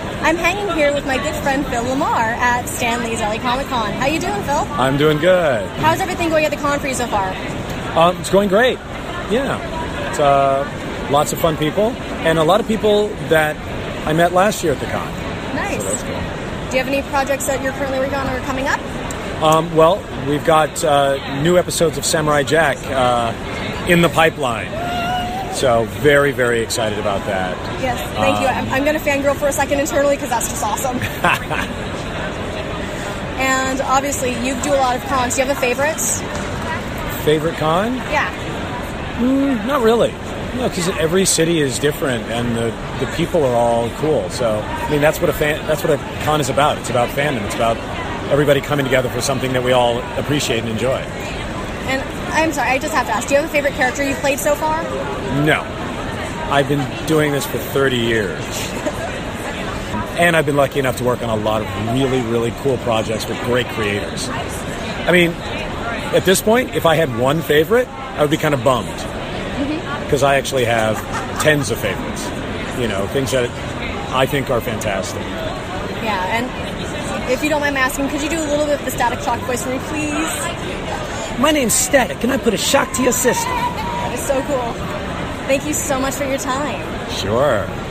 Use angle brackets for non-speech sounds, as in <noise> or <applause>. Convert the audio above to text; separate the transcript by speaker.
Speaker 1: I'm hanging here with my good friend Phil Lamar at Stanley's LA Comic Con. How you doing, Phil?
Speaker 2: I'm doing good.
Speaker 1: How's everything going at the con for you so far?
Speaker 2: Um, it's going great. Yeah. It's, uh, lots of fun people and a lot of people that I met last year at the con.
Speaker 1: Nice.
Speaker 2: So that's cool.
Speaker 1: Do you have any projects that you're currently working on or coming up?
Speaker 2: Um, well, we've got uh, new episodes of Samurai Jack uh, in the pipeline. So very, very excited about that.
Speaker 1: Yes. Thank
Speaker 2: Um,
Speaker 1: you. I'm, I'm going to fangirl for a second internally because that's just
Speaker 2: <laughs>
Speaker 1: awesome. and obviously, you do a lot of cons. Do you have a favorite?
Speaker 2: Favorite con?
Speaker 1: Yeah.
Speaker 2: Not really. No, because every city is different, and the, the people are all cool. So, I mean, that's what a fan, that's what a con is about. It's about fandom. It's about everybody coming together for something that we all appreciate and enjoy.
Speaker 1: And I'm sorry, I just have to ask. Do you have a favorite character you've played so far?
Speaker 2: No, I've been doing this for 30 years, and I've been lucky enough to work on a lot of really, really cool projects with great creators. I mean, at this point, if I had one favorite, I would be kind of bummed because I actually have tens of favorites. You know, things that I think are fantastic.
Speaker 1: Yeah. And if you don't mind me asking, could you do a little bit of the static shock voice for me, please?
Speaker 2: My name's Static, and I put a shock to your system.
Speaker 1: That is so cool. Thank you so much for your time.
Speaker 2: Sure.